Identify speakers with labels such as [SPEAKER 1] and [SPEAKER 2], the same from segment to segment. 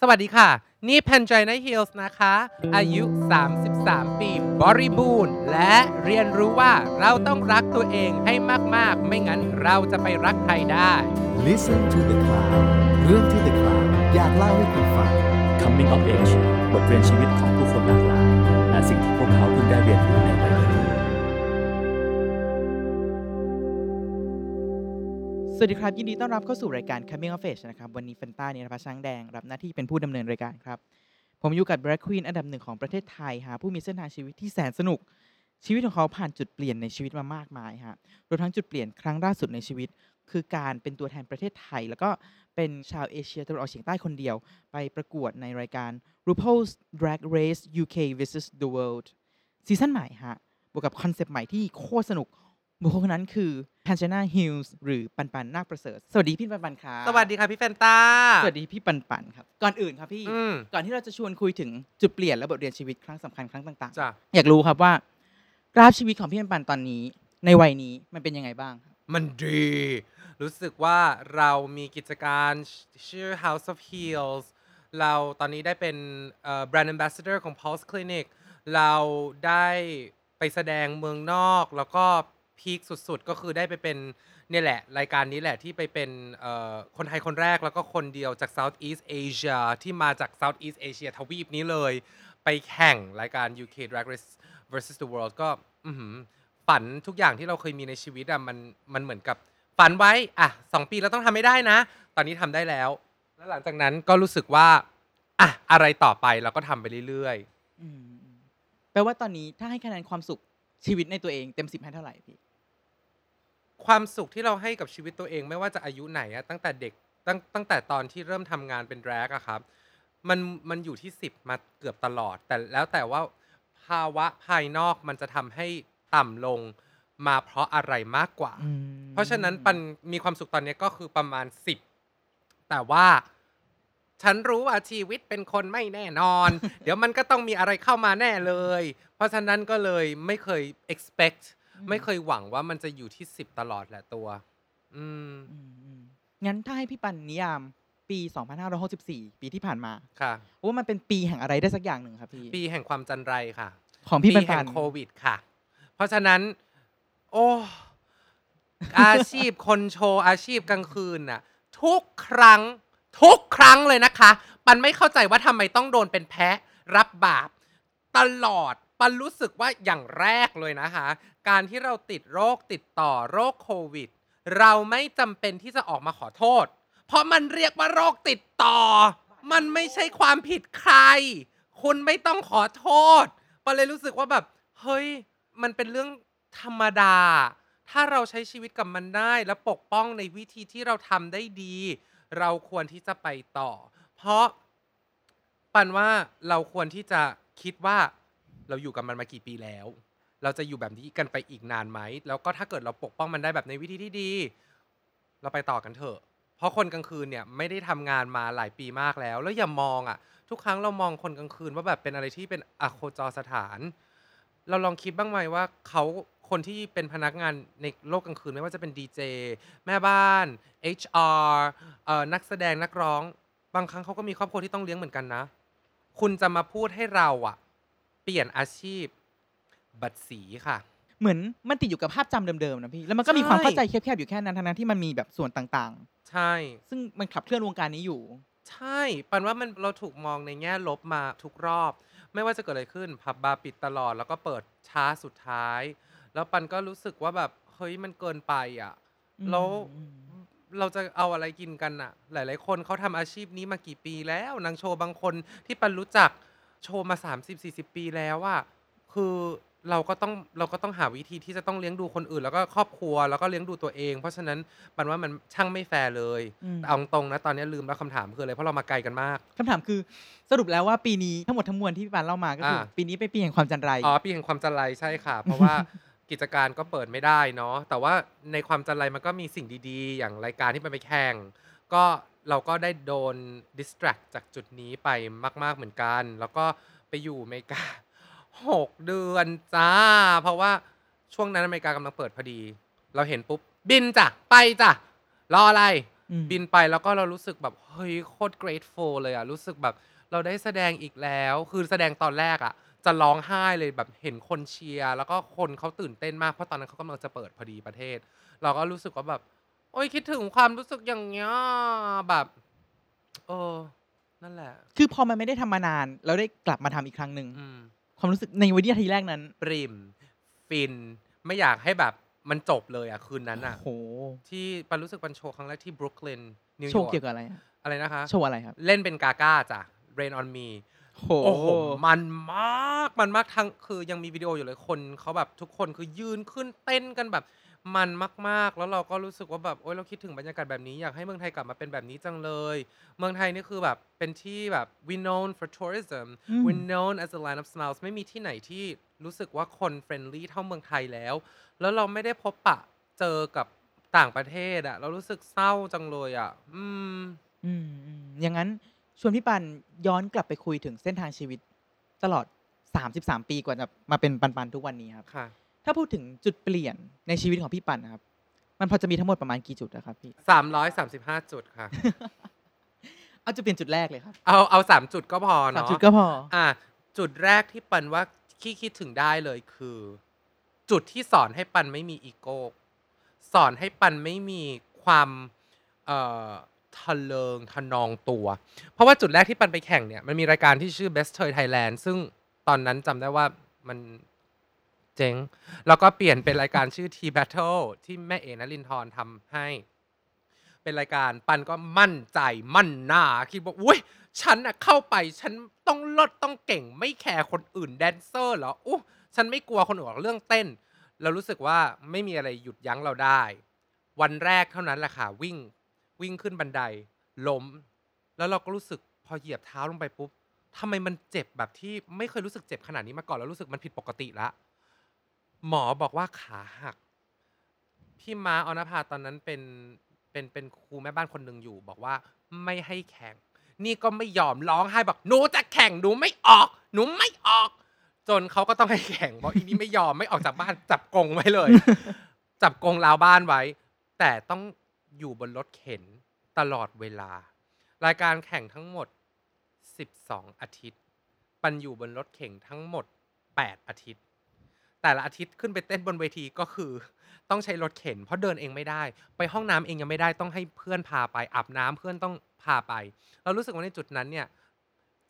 [SPEAKER 1] สวัสดีค่ะ นี่แพนจ i น a ฮิลส์นะคะ อายุ 33 ปีบริบูรณ์ และเรียนรู้ว่าเราต้องรักตัวเองให้มาก ๆ ไม่งั้นเราจะไปรักใครได้
[SPEAKER 2] Listen to the Cloud เรื่องที่ The Cloud อยากเล่าให้คุณฟัง
[SPEAKER 3] Coming of Age บทเรียนชีวิตของผู้คนหลากหลายและสิ่งที่พวกเขาเพิ่งได้เรียนรู้ในวัยรุ่น
[SPEAKER 4] สวัสดีครับ ยินดีต้อนรับเข้าสู่รายการ Coming of Age นะครับ วันนี้เฟนต้าเนรพัชช้างแดง รับหน้าที่เป็นผู้ดำเนินรายการครับ ผมอยู่กับ Black Queen อันดับหนึ่งของประเทศไทยฮะผู้มีเส้นทางชีวิตที่แสนสนุก ชีวิตของเขาผ่านจุดเปลี่ยนในชีวิตมามากมายฮะรวมทั้งจุดเปลี่ยนครั้งล่าสุดในชีวิต คือการเป็นตัวแทนประเทศไทย แล้วก็เป็นชาวเอเชียตะวันออกเฉียงใต้คนเดียว ไปประกวดในรายการ RuPaul's Drag Race UK vs the World ซีซั่นใหม่ฮะบวกกับคอนเซปต์ใหม่ที่โคตรสนุก บุคคลคนนั้นคือแพนชนาฮิลส์หรือปันปันนาคประเสริฐ สวัสดีพี่ปันปันครับ
[SPEAKER 1] สวัสดีค่ะพี่แฟนตา
[SPEAKER 4] สวัสดีพี่ปันปันครับ ก่อนอื่นครับพี่
[SPEAKER 1] อืม
[SPEAKER 4] ก่อนที่เราจะชวนคุยถึงจุดเปลี่ยนและบทเรียนชีวิตครั้งสำคัญครั้งต่าง
[SPEAKER 1] จ้ะ
[SPEAKER 4] ๆ อยากรู้ครับว่า กราฟชีวิตของพี่ปันปันตอนนี้ ในวัยนี้มันเป็นยังไงบ้างครับ
[SPEAKER 1] มันดี รู้สึกว่าเรามีกิจการชื่อ House of Heels เราตอนนี้ได้เป็นแบรนด์ a m b a s s a d o r ของ Pulse Clinic เราได้ไปแสดงเมืองนอก แล้วก็พีคสุดๆ ก็คือได้ไปเป็นเนี่ยแหละ รายการนี้แหละที่ไปเป็นเอ่อคนไทยคนแรกแล้วก็คนเดียวจาก Southeast Asia ที่มาจาก Southeast Asia ทวีปนี้เลย ไปแข่งรายการ UK Drag Race versus the World ก็อื้อหือฝันทุกอย่างที่เราเคยมีในชีวิตอะมันมันเหมือนกับฝันไว้อะสองปีเราต้องทำไม่ได้นะ ตอนนี้ทำได้แล้ว แล้วหลังจากนั้นก็รู้สึกว่าอะอะไรต่อไปเราก็ทำไปเรื่อยๆ
[SPEAKER 4] อืมแปลว่าตอนนี้ถ้าให้คะแนนความสุขชีวิตในตัวเองเต็มสิบให้เท่าไหร่พี่
[SPEAKER 1] ความสุขที่เราให้กับชีวิตตัวเองไม่ว่าจะอายุไหนอะตั้งแต่เด็กตั้งตั้งแต่ตอนที่เริ่มทำงานเป็นแร็กอะครับมันมันอยู่ที่ 10 มาเกือบตลอด แต่แล้วแต่ว่าภาวะภายนอกมันจะทำให้ต่ำลงมาเพราะอะไรมากกว่า เพราะฉะนั้นปันมีความสุขตอนเนี้ยก็คือประมาณ 10 แต่ว่า ฉันรู้ว่าชีวิตเป็นคนไม่แน่นอน เดี๋ยวมันก็ต้องมีอะไรเข้ามาแน่เลย เพราะฉะนั้นก็เลยไม่เคย expect ไม่เคยหวังว่ามันจะอยู่ที่สิบตลอดแหละตัว อืม
[SPEAKER 4] อืมอืมงั้นถ้าให้พี่ปันนิยามปี 2564 ปีที่ผ่านมา
[SPEAKER 1] ค่ะ
[SPEAKER 4] ว่ามันเป็นปีแห่งอะไรได้สักอย่างหนึ่งครับพี่
[SPEAKER 1] ปีแห่งความจันไรค่ะ
[SPEAKER 4] ของพี่ปัน
[SPEAKER 1] ปี
[SPEAKER 4] ปั
[SPEAKER 1] แห่
[SPEAKER 4] น
[SPEAKER 1] งโควิดค่ะ เพราะฉะนั้น โอ้ อาชีพคนโชว์อาชีพกลางคืนน่ะ ทุกครั้ง ทุกครั้งเลยนะคะ ปันไม่เข้าใจว่าทำไมต้องโดนเป็นแพ้รับบาป ตลอด ปันรู้สึกว่าอย่างแรกเลยนะคะ การที่เราติดโรคติดต่อโรคโควิด เราไม่จำเป็นที่จะออกมาขอโทษ เพราะมันเรียกว่าโรคติดต่อ มันไม่ใช่ความผิดใคร คุณไม่ต้องขอโทษ ปาเลยรู้สึกว่าแบบ เฮ้ย มันเป็นเรื่องธรรมดา ถ้าเราใช้ชีวิตกับมันได้ และปกป้องในวิธีที่เราทำได้ดี เราควรที่จะไปต่อ เพราะ ปันว่าเราควรที่จะคิดว่าเราอยู่กับมันมากี่ปีแล้ว เราจะอยู่แบบนี้กันไปอีกนานไหม แล้วก็ถ้าเกิดเราปกป้องมันได้แบบในวิธีที่ดี เราไปต่อกันเถอะ เพราะคนกลางคืนเนี่ยไม่ได้ทำงานมาหลายปีมากแล้ว แล้วอย่ามองอ่ะ ทุกครั้งเรามองคนกลางคืนว่าแบบเป็นอะไรที่เป็นอโคจรสถาน เราลองคิดบ้างไหมว่าเขาคนที่เป็นพนักงานในโลกกลางคืนไม่ว่าจะเป็นดีเจแม่บ้าน HR เอ่อนักแสดงนักร้อง บางครั้งเขาก็มีครอบครัวที่ต้องเลี้ยงเหมือนกันนะ คุณจะมาพูดให้เราอะเปลี่ยนอาชีพ บัตรสีค่ะ
[SPEAKER 4] เหมือนมันติดอยู่กับภาพจำเดิมๆนะพี่ แล้วมันก็มี
[SPEAKER 1] ใช่
[SPEAKER 4] ความเข้าใจแคบๆอยู่แค่นั้นทั้งนั้นที่มันมีแบบส่วนต่าง
[SPEAKER 1] ใช่
[SPEAKER 4] ๆ ซึ่งมันขับเคลื่อนวงการนี้อยู่
[SPEAKER 1] ใช่ ปันว่ามันเราถูกมองในแง่ลบมาทุกรอบ ไม่ว่าจะเกิดอะไรขึ้น ผับบาร์ปิดตลอด แล้วก็เปิดช้าสุดท้าย แล้วปันก็รู้สึกว่าแบบ เฮ้ย มันเกินไปอ่ะ แล้ว เราจะเอาอะไรกินกันอะหลาย ๆ คนเขาทำอาชีพนี้มากี่ปีแล้ว นางโชว์บางคนที่ปันรู้จักโชว์มา 30 40 ปีแล้วอะคือเราก็ต้องเราก็ต้องหาวิธีที่จะต้องเลี้ยงดูคนอื่น แล้วก็ครอบครัวแล้วก็เลี้ยงดูตัวเอง เพราะฉะนั้นปันว่ามันช่างไม่แฟร์เลย
[SPEAKER 4] อืม
[SPEAKER 1] แต่เอาตรงนะตอนนี้ลืมแล้วคำถามคืออะไรเพราะเรามาไกลกันมาก
[SPEAKER 4] คำถามคือสรุปแล้วว่าปีนี้ทั้งหมดทั้งมวลที่พี่ปันเล่ามาก็คืออา ปีนี้เป็นปีแห่งความจันไร
[SPEAKER 1] อ๋อปีแห่งความจันไรใช่ค่ะ เพราะ ว่ากิจการก็เปิดไม่ได้เนาะแต่ว่าในความจันไรมันก็มีสิ่งดีๆ อย่างรายการที่มันไปแข่งก็เราก็ได้โดน distract จากจุดนี้ไปมากๆเหมือนกัน แล้วก็ไปอยู่อเมริกา 6 เดือนจ้า เพราะว่าช่วงนั้นอเมริกากำลังเปิดพอดี เราเห็นปุ๊บบินจ้ะไปจ้ะรออะไร
[SPEAKER 4] อืม
[SPEAKER 1] บินไปแล้วก็เรารู้สึกแบบเฮ้ยโคตร grateful เลยอะรู้สึกแบบเราได้แสดงอีกแล้ว คือแสดงตอนแรกอะจะร้องไห้เลยแบบเห็นคนเชียร์แล้วก็คนเขาตื่นเต้นมากเพราะตอนนั้นเขากำลังจะเปิดพอดีประเทศ เราก็รู้สึกว่าแบบ โอ้ยคิดถึงความรู้สึกอย่างเงี้ยแบบเออนั่นแหละ
[SPEAKER 4] คือพอมันไม่ได้ทำมานาน เราได้กลับมาทำอีกครั้งหนึ่ง
[SPEAKER 1] อืม
[SPEAKER 4] ความรู้สึกในวินาทีแรกนั้น
[SPEAKER 1] ปริม ฟิน ไม่อยากให้แบบมันจบเลยอะคืนนั้นอะ
[SPEAKER 4] โอ้โห
[SPEAKER 1] ที่ปันรู้สึกปันโชว์ครั้งแรกที่บรุกลินนิว
[SPEAKER 4] โช
[SPEAKER 1] ยอ
[SPEAKER 4] ว์เกี่ยว
[SPEAKER 1] ร์ก
[SPEAKER 4] กับอะไรอะ
[SPEAKER 1] อะไรนะคะ
[SPEAKER 4] โชว์อะไรครับ
[SPEAKER 1] เล่นเป็นกาก้าจ้ะ Rain on me
[SPEAKER 4] โห
[SPEAKER 1] โอ้โห มันมาก มันมากทั้ง คือยังมีวิดีโออยู่เลย คนเขาแบบทุกคนคือยืนขึ้นเต้นกันแบบ มันมาก ๆ แล้วเราก็รู้สึกว่าแบบ โอ๊ย เราคิดถึงบรรยากาศแบบนี้ อยากให้เมืองไทยกลับมาเป็นแบบนี้จังเลย เมืองไทยนี่คือแบบ เป็นที่แบบ we known for tourism
[SPEAKER 4] อืม
[SPEAKER 1] we known as a land of smiles ไม่มีที่ไหนที่รู้สึกว่าคนเฟรนลี่เท่าเมืองไทยแล้ว แล้วเราไม่ได้พบปะเจอกับต่างประเทศอะเรารู้สึกเศร้าจังเลยอะอืม
[SPEAKER 4] อืมอืมอย่างนั้นชวนพี่ปันย้อนกลับไปคุยถึงเส้นทางชีวิตตลอด 33 ปีกว่าจะมาเป็นปันปันทุกวันนี้ครับ
[SPEAKER 1] ค่ะ
[SPEAKER 4] ถ้าพูดถึงจุดเปลี่ยนในชีวิตของพี่ปันนะครับ มันพอจะมีทั้งหมดประมาณกี่จุดนะครับพี่
[SPEAKER 1] 335 จุดค่ะ
[SPEAKER 4] เอาจุดเปลี่ยนจุดแรกเลยครับ
[SPEAKER 1] เอาเอาสามจุดก็พอ
[SPEAKER 4] สาม
[SPEAKER 1] เนาะ
[SPEAKER 4] จุดก็พอ
[SPEAKER 1] อ่ะจุดแรกที่ปันว่าขี้คิดถึงได้เลยคือ จุดที่สอนให้ปันไม่มีอีโก้สอนให้ปันไม่มีความเอ่อทะเลิงทะนองตัว เพราะว่าจุดแรกที่ปันไปแข่งเนี่ยมันมีรายการที่ชื่อ Best Toy Thailand ซึ่งตอนนั้นจำได้ว่ามันเจ๊ง แล้วก็เปลี่ยนเป็นรายการชื่อ T Battle ที่แม่เอ๋นลินทร์ทำให้ เป็นรายการปันก็มั่นใจมั่นหน้า คิดว่าอุ้ยฉันน่ะเข้าไป ฉันต้องเลดต้องเก่ง ไม่แคร์คนอื่นแดนเซอร์เหรออู้ฉันไม่กลัวคนอื่นหรอกเรื่องเต้น เรารู้สึกว่าไม่มีอะไรหยุดยั้งเราได้ วันแรกเท่านั้นแหละค่ะ วิ่งวิ่งขึ้นบันไดล้ม แล้วเราก็รู้สึกพอเหยียบเท้าลงไปปุ๊บทำไมมันเจ็บแบบที่ไม่เคยรู้สึกเจ็บขนาดนี้มาก่อนแล้วรู้สึกมันผิดปกติละ หมอบอกว่าขาหัก พี่ม้าออนภาตอนนั้นเป็นเป็นเป็นครูแม่บ้านคนหนึ่งอยู่ บอกว่าไม่ให้แข่ง นี่ก็ไม่ยอมร้องไห้บอกหนูจะแข่งหนูไม่ออก หนูไม่ออก จนเขาก็ต้องให้แข่งบอกอีนี่ไม่ยอมไม่ออกจากบ้านจับกรงไว้เลย จับกรงราวบ้านไว้ แต่ต้องอยู่บนรถเข็นตลอดเวลา รายการแข่งทั้งหมด 12 อาทิตย์ ปันอยู่บนรถเข็นทั้งหมด 8 อาทิตย์ แต่ละอาทิตย์ขึ้นไปเต้นบนเวทีก็คือ ต้องใช้รถเข็น เพราะเดินเองไม่ได้ ไปห้องน้ำเองยังไม่ได้ต้องให้เพื่อนพาไปอาบน้ำเพื่อนต้องพาไป เรารู้สึกว่าในจุดนั้นเนี่ย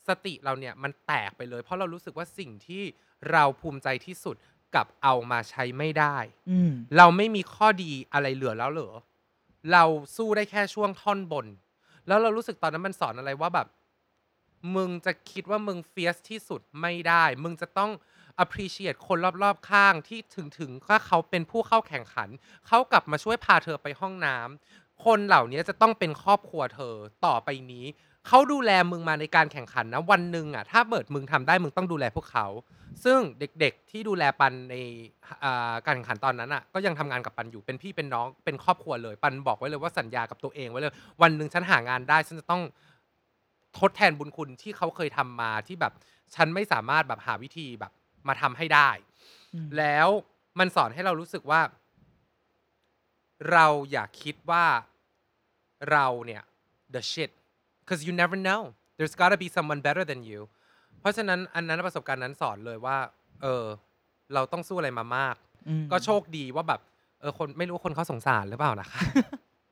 [SPEAKER 1] สติเราเนี่ยมันแตกไปเลย เพราะเรารู้สึกว่าสิ่งที่เราภูมิใจที่สุดกลับเอามาใช้ไม่ได้
[SPEAKER 4] อืม
[SPEAKER 1] เราไม่มีข้อดีอะไรเหลือแล้วเหรอ เราสู้ได้แค่ช่วงท่อนบน แล้วเรารู้สึกตอนนั้นมันสอนอะไรว่าแบบ มึงจะคิดว่ามึงเฟียสที่สุดไม่ได้ มึงจะต้อง appreciate คนรอบๆข้างที่ถึงถึงว่าเขาเป็นผู้เข้าแข่งขัน เขากลับมาช่วยพาเธอไปห้องน้ำ คนเหล่านี้จะต้องเป็นครอบครัวเธอต่อไปนี้ เขาดูแลมึงมาในการแข่งขันนะ วันหนึ่งอ่ะถ้าเบิดมึงทำได้มึงต้องดูแลพวกเขา ซึ่งเด็กๆที่ดูแลปันในอ่าการแข่งขันตอนนั้นอ่ะก็ยังทำงานกับปันอยู่เป็นพี่เป็นน้องเป็นครอบครัวเลย ปันบอกไว้เลยว่าสัญญากับตัวเองไว้เลย วันหนึ่งฉันหางานได้ ฉันจะต้องทดแทนบุญคุณที่เขาเคยทำมาที่แบบ ฉันไม่สามารถแบบหาวิธีแบบมาทำให้ได้
[SPEAKER 4] อืม
[SPEAKER 1] แล้วมันสอนให้เรารู้สึกว่า เราอย่าคิดว่าเราเนี่ย the shit because you never know there's gotta be someone better than you เพราะฉะนั้นอันนั้นประสบการณ์นั้นสอนเลยว่า เออ เราต้องสู้อะไรมามาก
[SPEAKER 4] อืม
[SPEAKER 1] ก็โชคดีว่าแบบ เออคนไม่รู้ว่าคนเขาสงสารหรือเปล่านะคะ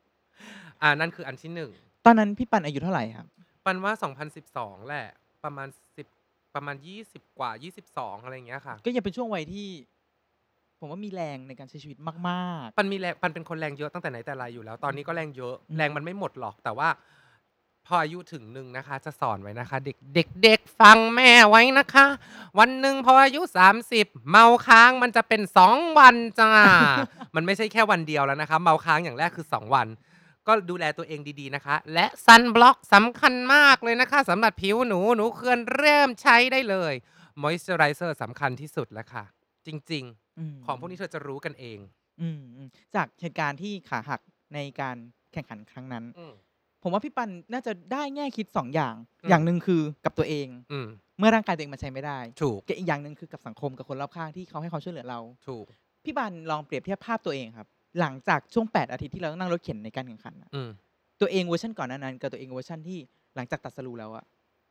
[SPEAKER 1] อ่านั่นคืออันที่หนึ่ง
[SPEAKER 4] ตอนนั้นพี่ปันอายุเท่าไหร่ครับ
[SPEAKER 1] ปันว่า 2012 แหละ ประมาณ 10 ประมาณ 20 กว่า 22 อะไรอย่างเงี้ยค่ะ
[SPEAKER 4] ก็ยังเป็นช่วงวัยที่ ผมว่ามีแรงในการใช้ชีวิตมาก
[SPEAKER 1] ปันมีแรงปันเป็นคนแรงเยอะตั้งแต่ไหนแต่ไรอยู่แล้ว ตอนนี้ก็แรงเยอะ
[SPEAKER 4] อืม
[SPEAKER 1] แรงมันไม่หมดหรอกแต่ว่า พออายุถึงหนึ่งนะคะ จะสอนไว้นะคะ เด็กเด็กเด็กฟังแม่ไว้นะคะ วันหนึ่งพออายุ 30 เมาค้างมันจะเป็น 2 วันจ้า มันไม่ใช่แค่วันเดียวแล้วนะคะ เมาค้างอย่างแรกคือ 2 วัน ก็ดูแลตัวเองดีๆนะคะ และซันบล็อกสำคัญมากเลยนะคะสำหรับผิวหนูหนูควรเริ่มใช้ได้เลยมอยส์เจอไรเซอร์สำคัญที่สุดแล้วค่ะ จริง
[SPEAKER 4] ๆอืม
[SPEAKER 1] ๆ ของพวกนี้เธอจะรู้กันเอง
[SPEAKER 4] อืมอืมจากเหตุการณ์ที่ขาหักในการแข่งขันครั้งนั้น
[SPEAKER 1] อืม
[SPEAKER 4] ผมว่าพี่ปันน่าจะได้แง่คิดสองอย่าง
[SPEAKER 1] อืม
[SPEAKER 4] อย่างหนึ่งคือกับตัวเอง
[SPEAKER 1] อืม
[SPEAKER 4] เมื่อร่างกายตัวเองมันใช้ไม่ได้
[SPEAKER 1] ถูก
[SPEAKER 4] กับอีกอย่างหนึ่งคือกับสังคมกับคนรอบข้างที่เขาให้ความช่วยเหลือเรา
[SPEAKER 1] ถูก
[SPEAKER 4] พี่ปันลองเปรียบเทียบภาพตัวเองครับ หลังจากช่วง 8 อาทิตย์ที่เราต้องนั่งรถเข็นในการแข่งขันน่ะ
[SPEAKER 1] อืม
[SPEAKER 4] ตัวเองเวอร์ชันก่อนหนานั้นกับตัวเองเวอร์ชันที่หลังจากตัดสรูแล้วอะ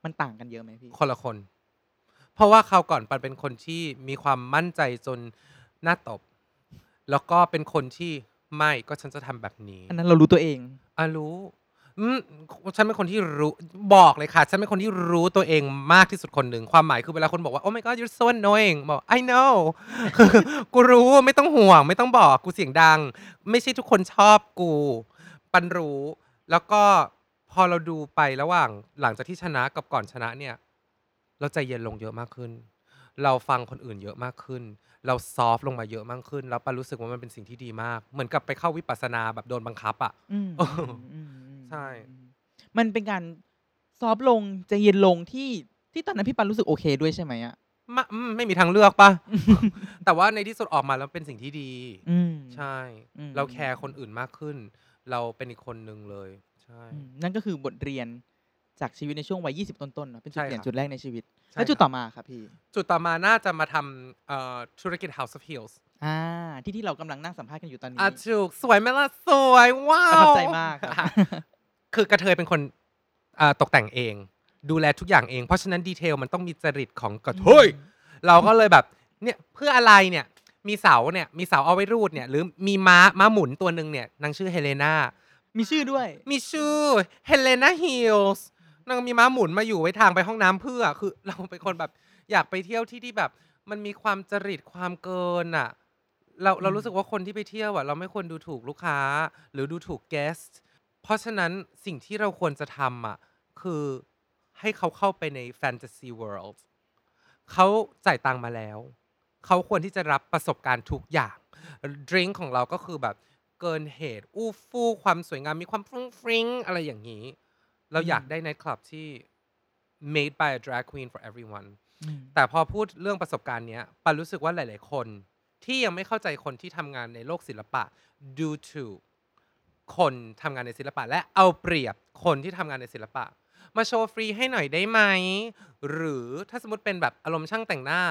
[SPEAKER 4] มันต่างกันเยอะไหมพี่
[SPEAKER 1] คนละคน เพราะว่าคราวก่อนปันเป็นคนที่มีความมั่นใจจนหน้าตบ แล้วก็เป็นคนที่ไม่ก็ฉันจะทำแบบนี้
[SPEAKER 4] อันนั้นเรารู้ตัวเอง
[SPEAKER 1] อ่ะรู้อืมฉันเป็นคนที่รู้บอกเลยค่ะ ฉันเป็นคนที่รู้ตัวเองมากที่สุดคนหนึ่งความหมายคือเวลาคนบอกว่า oh my god you're so annoying บอก I know กูรู้ไม่ต้องห่วง ไม่ต้องบอกกูเสียงดัง ไม่ใช่ทุกคนชอบกู ปันรู้ แล้วก็พอเราดูไประหว่างหลังจากที่ชนะกับก่อนชนะเนี่ย เราใจเย็นลงเยอะมากขึ้น เราฟังคนอื่นเยอะมากขึ้น เราซอฟต์ลงมาเยอะมากขึ้น แล้วปันรู้สึกว่ามันเป็นสิ่งที่ดีมาก เหมือนกับไปเข้าวิปัสสนาแบบโดนบังคับอ่ะ
[SPEAKER 4] อืม
[SPEAKER 1] โอ้โห
[SPEAKER 4] อืมอืม
[SPEAKER 1] ใช่
[SPEAKER 4] อืมมันเป็นการซอฟต์ลงใจเย็นลงที่ที่ตอนนั้นพี่ปันรู้สึกโอเคด้วยใช่ไหมอะ
[SPEAKER 1] มาอืมไม่มีทางเลือก ปะ แต่ว่าในที่สุดออกมาแล้วเป็นสิ่งที่ดี
[SPEAKER 4] อืม
[SPEAKER 1] ใช่
[SPEAKER 4] อืม
[SPEAKER 1] เราแคร์คนอื่นมากขึ้น เราเป็นอีกคนหนึ่งเลย ใช่
[SPEAKER 4] อืมนั่นก็คือบทเรียนจากชีวิตในช่วงวัย 20 ต้นๆเนอะเป็นจุด
[SPEAKER 1] ใช่
[SPEAKER 4] เปลี่ยน
[SPEAKER 1] ครับ
[SPEAKER 4] จุดแรกในชีวิต
[SPEAKER 1] ใช่
[SPEAKER 4] แล้วจุ
[SPEAKER 1] ค
[SPEAKER 4] ด
[SPEAKER 1] รับ
[SPEAKER 4] ต่อมาครับพี่
[SPEAKER 1] จุดต่อมาน่าจะมาทำเอ่อธุรกิจ House of Heels
[SPEAKER 4] อ่า ที่ที่เรากำลังนั่งสัมภาษณ์กันอยู่ตอนนี้
[SPEAKER 1] อ่ะถูกสวยไหมล่ะ สวยว้าว
[SPEAKER 4] ประทับใจมากครับ
[SPEAKER 1] อ่ะ คือกระเทยเป็นคนอ่าตกแต่งเอง ดูแลทุกอย่างเอง เพราะฉะนั้นดีเทลมันต้องมีจริตของกระเทย เราก็เลยแบบเนี่ยเพื่ออะไรเนี่ยมีเสาเนี่ยมีเสาเอาไว้รูดเนี่ยหรือมีม้าม้าหมุนตัวหนึ่งเนี่ยนางชื่อเฮเลนา
[SPEAKER 4] มีชื่อด้วย
[SPEAKER 1] มีชื่อเฮเลนาฮิลส์นางมีม้าหมุนมาอยู่ไว้ทางไปห้องน้ำเพื่อคือ เราเป็นคนแบบอยากไปเที่ยวที่ที่แบบ มันมีความจริตความเกินอ่ะเราเรา
[SPEAKER 4] อืม
[SPEAKER 1] รู้สึกว่าคนที่ไปเที่ยวอ่ะเราไม่ควรดูถูกลูกค้า หรือดูถูก guest เพราะฉะนั้นสิ่งที่เราควรจะทำอ่ะคือให้เขาเข้าไปในแฟนตาซีเวิลด์เขาจ่ายตังค์มาแล้ว เขาควรที่จะรับประสบการณ์ทุกอย่างดริงของเราก็คือแบบเกินเหตุ อู้ฟู่ความสวยงามมีความฟรุ้งฟริ้งอะไรอย่างนี้ เราอยากได้ไนท์คลับที่ made by a drag queen for everyone
[SPEAKER 4] อืม
[SPEAKER 1] แต่พอพูดเรื่องประสบการณ์เนี้ยปันรู้สึกว่าหลาย ๆ คนที่ยังไม่เข้าใจคนที่ทำงานในโลกศิลปะ due to คนทำงานในศิลปะ และเอาเปรียบคนที่ทำงานในศิลปะ มาโชว์ฟรีให้หน่อยได้ไหม หรือถ้าสมมติเป็นแบบอารมณ์ช่างแต่งหน้า